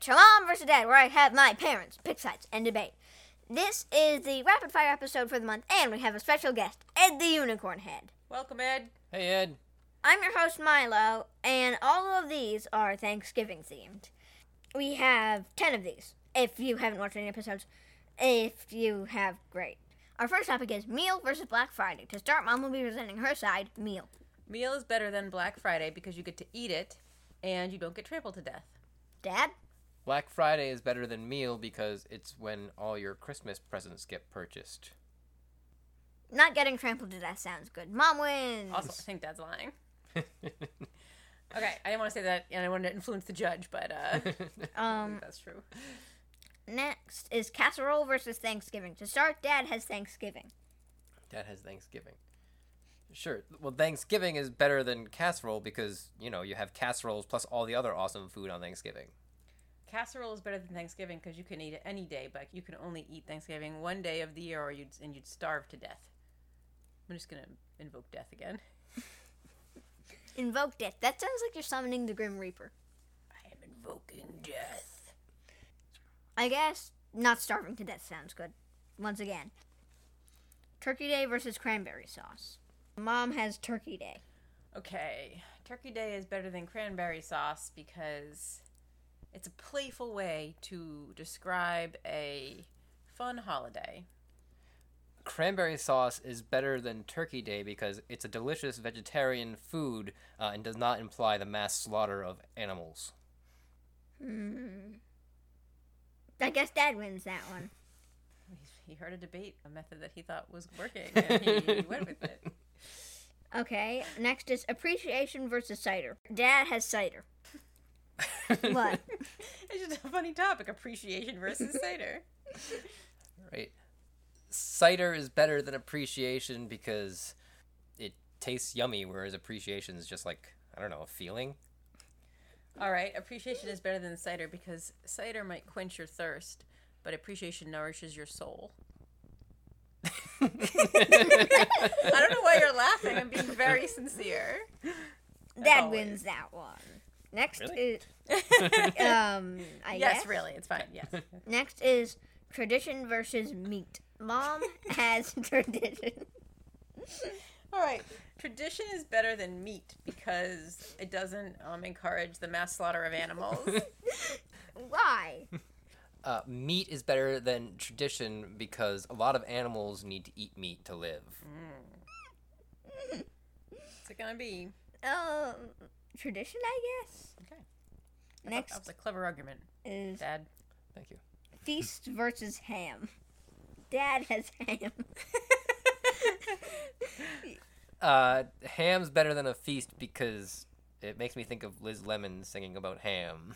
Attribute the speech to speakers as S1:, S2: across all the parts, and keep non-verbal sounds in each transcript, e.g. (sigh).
S1: Shalom versus Dad, where I have my parents pick sides and debate. This is the rapid fire episode for the month, and we have a special guest, Ed the Unicorn Head.
S2: Welcome, Ed.
S3: Hey Ed,
S1: I'm your host, Milo, and all of these are Thanksgiving themed. We have 10 of these, if you haven't watched any episodes. If you have, great. Our first topic is meal versus Black Friday. To start, Mom will be presenting her side meal.
S2: Meal is better than Black Friday because you get to eat it and you don't get trampled to death.
S1: Dad?
S3: Black Friday is better than meal because it's when all your Christmas presents get purchased.
S1: Not getting trampled to death sounds good. Mom wins.
S2: Also, I think Dad's lying. (laughs) Okay, I didn't want to say that and I wanted to influence the judge, but (laughs) uh, I
S1: Um,
S2: think that's true.
S1: next is casserole versus Thanksgiving. To start, Dad has Thanksgiving.
S3: Dad has Thanksgiving. Sure. Well, Thanksgiving is better than casserole because, you know, you have casseroles plus all the other awesome food on Thanksgiving.
S2: Casserole is better than Thanksgiving because you can eat it any day, but you can only eat Thanksgiving one day of the year, or you'd and you'd starve to death. I'm just gonna invoke death again.
S1: Invoke death. That sounds like you're summoning the Grim Reaper.
S2: I am invoking death.
S1: I guess not starving to death sounds good. Once again, turkey day versus cranberry sauce. Mom has turkey day.
S2: Okay, Turkey Day is better than cranberry sauce because it's a playful way to describe a fun holiday.
S3: Cranberry sauce is better than Turkey Day because it's a delicious vegetarian food uh, and does not imply the mass slaughter of animals.
S1: I guess Dad wins that one.
S2: He- He heard a debate, a method that he thought was working, and he
S1: (laughs)
S2: went with it.
S1: Okay, next is appreciation versus cider. Dad has cider. What?
S2: It's just a funny topic appreciation versus cider.
S3: Right. Cider is better than appreciation because it tastes yummy, whereas appreciation is just like, I don't know, a feeling.
S2: All right, appreciation is better than cider because cider might quench your thirst, but appreciation nourishes your soul. I don't know why you're laughing. I'm being very sincere.
S1: Dad
S2: always.
S1: wins that one. Next
S3: Really?
S1: is um. I
S2: yes,
S1: guess.
S2: really, it's fine. Yes.
S1: Next is tradition versus meat. Mom has (laughs) tradition.
S2: All right. Tradition is better than meat because it doesn't um, encourage the mass slaughter of (laughs) animals.
S1: Why?
S3: Uh, meat is better than tradition because a lot of animals need to eat meat to live.
S2: What's it gonna be?
S1: (laughs) Um, tradition, I guess.
S2: Okay. That was
S1: Next
S2: a clever argument,
S1: is
S2: Dad.
S3: Thank you.
S1: feast versus ham. Dad has (laughs) ham.
S3: Uh, ham's better than a feast because it makes me think of Liz Lemon singing about ham.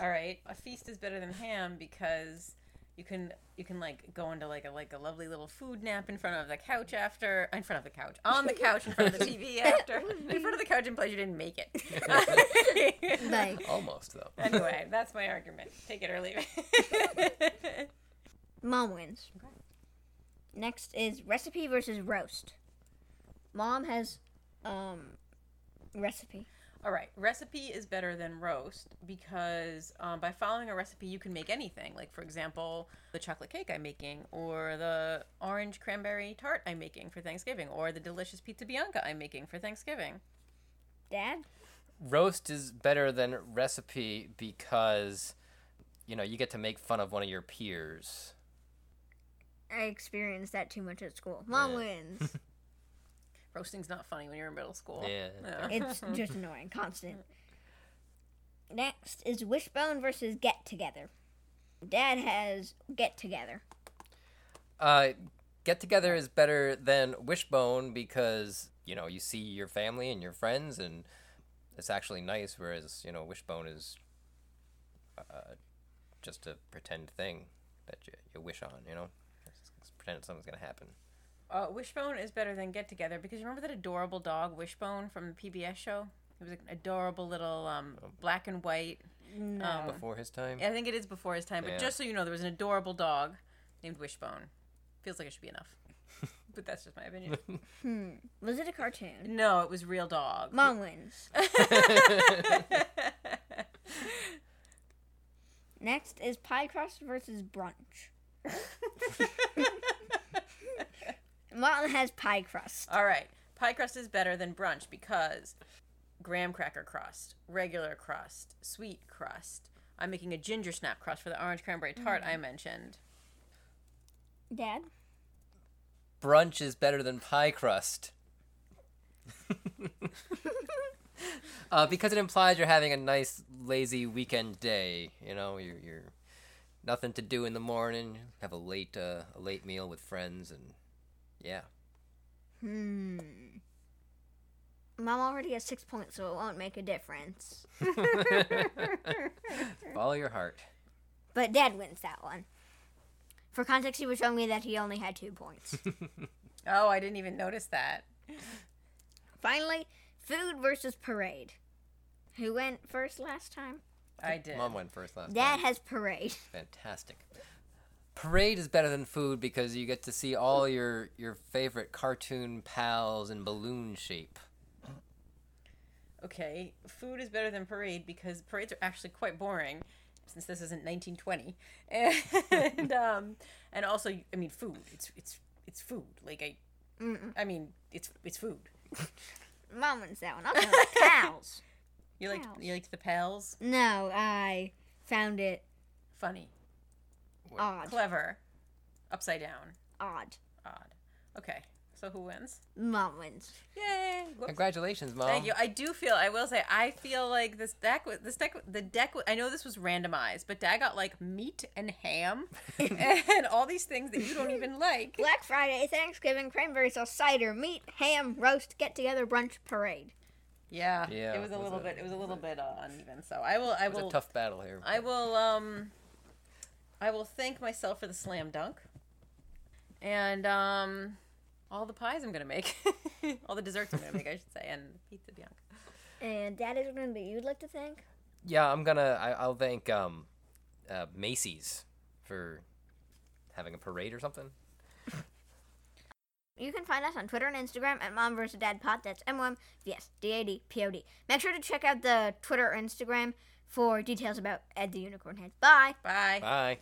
S2: All right. A feast is better than ham because you can you can like go into like a like a lovely little food nap in front of the couch after in front of the couch on the couch in front of the (laughs) TV after in front of the couch in place you didn't make (laughs) it.
S1: like
S3: Almost though.
S2: anyway, that's my argument. Take it or leave (laughs) it.
S1: mom wins.
S2: Okay.
S1: Next is recipe versus roast. Mom has um recipe.
S2: All right, recipe is better than roast because um, by following a recipe, you can make anything. Like, for example, the chocolate cake I'm making, or the orange cranberry tart I'm making for Thanksgiving, or the delicious pizza bianca I'm making for Thanksgiving.
S1: Dad.
S3: Roast is better than recipe because, you know, you get to make fun of one of your peers.
S1: I experienced that too much at school. Mom
S3: Yeah.
S1: wins.
S2: Roasting's not funny when you're in middle school.
S3: Yeah.
S1: It's just annoying, constant. Next is wishbone versus get together. Dad has get together.
S3: Uh, get together is better than wishbone because you know you see your family and your friends, and it's actually nice. Whereas you know wishbone is uh, just a pretend thing that you, you wish on. You know, just pretend something's gonna happen.
S2: Uh, Wishbone is better than Get Together because you remember that adorable dog Wishbone from the PBS show? It was an adorable little um, black and white. um,
S3: Before his time,
S2: I think it is before his time, but
S3: Yeah.
S2: just so you know, there was an adorable dog named Wishbone. Feels like it should be enough. but that's just my opinion.
S1: Was it a cartoon?
S2: No, it was real dog.
S1: Mom wins. Next is pie crust versus brunch. Martin has pie crust.
S2: All right. Pie crust is better than brunch because graham cracker crust, regular crust, sweet crust. I'm making a ginger snap crust for the orange cranberry tart I mentioned.
S1: Dad?
S3: Brunch is better than pie crust. uh, because it implies you're having a nice, lazy weekend day. You know, you're, you're nothing to do in the morning. Have a late, uh, a late meal with friends, and yeah.
S1: Hmm. Mom already has six points, so it won't make a difference.
S3: Follow your heart.
S1: But Dad wins that one. For context, he was showing me that he only had two (laughs) points.
S2: Oh, I didn't even notice that.
S1: Finally, food versus parade. Who went first last time?
S2: I did.
S3: Mom went first last
S1: Dad
S3: time.
S1: has parade. (laughs)
S3: Fantastic. Parade is better than food because you get to see all your your favorite cartoon pals in balloon shape.
S2: Okay, food is better than parade because parades are actually quite boring, since this isn't 1920, (laughs) and um, and also I mean food. It's it's it's food. Like I, I mean it's it's food.
S1: Mom wins that (laughs) one. I'm going with cows.
S2: You like
S1: Pals.
S2: you liked the pals.
S1: No, I found it
S2: Funny,
S1: odd.
S2: clever, upside down,
S1: Odd.
S2: odd. Okay, so who wins?
S1: Mom wins.
S2: Yay! Whoops.
S3: Congratulations, mom.
S2: Thank you. I do feel. I will say. I feel like this deck. wa- This deck. The deck. wa- I know this was randomized, but Dad got like meat and
S3: (laughs)
S2: ham, (laughs) and all these things that you don't even like.
S1: Black Friday, Thanksgiving, cranberry sauce, cider, meat, ham, roast, get together, brunch, parade.
S2: Yeah.
S3: Yeah,
S2: It was a
S3: was
S2: little
S3: a-
S2: bit. It was a little bit uh, uneven. So I will. I
S3: It was
S2: will.
S3: a tough battle here.
S2: I will. Um. I will thank myself for the slam dunk, and um, all the pies I'm gonna make, (laughs) all the desserts I'm gonna make, I should say, and pizza bianca.
S1: And Dad is going to be you'd like to thank?
S3: yeah, I'm gonna. I, I'll thank um, uh, Macy's for having a parade or something.
S1: You can find us on Twitter and Instagram at Mom vs. Dad Pod. That's M-O-M, yes, D-A-D, P-O-D. Make sure to check out the Twitter or Instagram for details about Ed the Unicorn Head. Bye!
S2: Bye.
S3: Bye.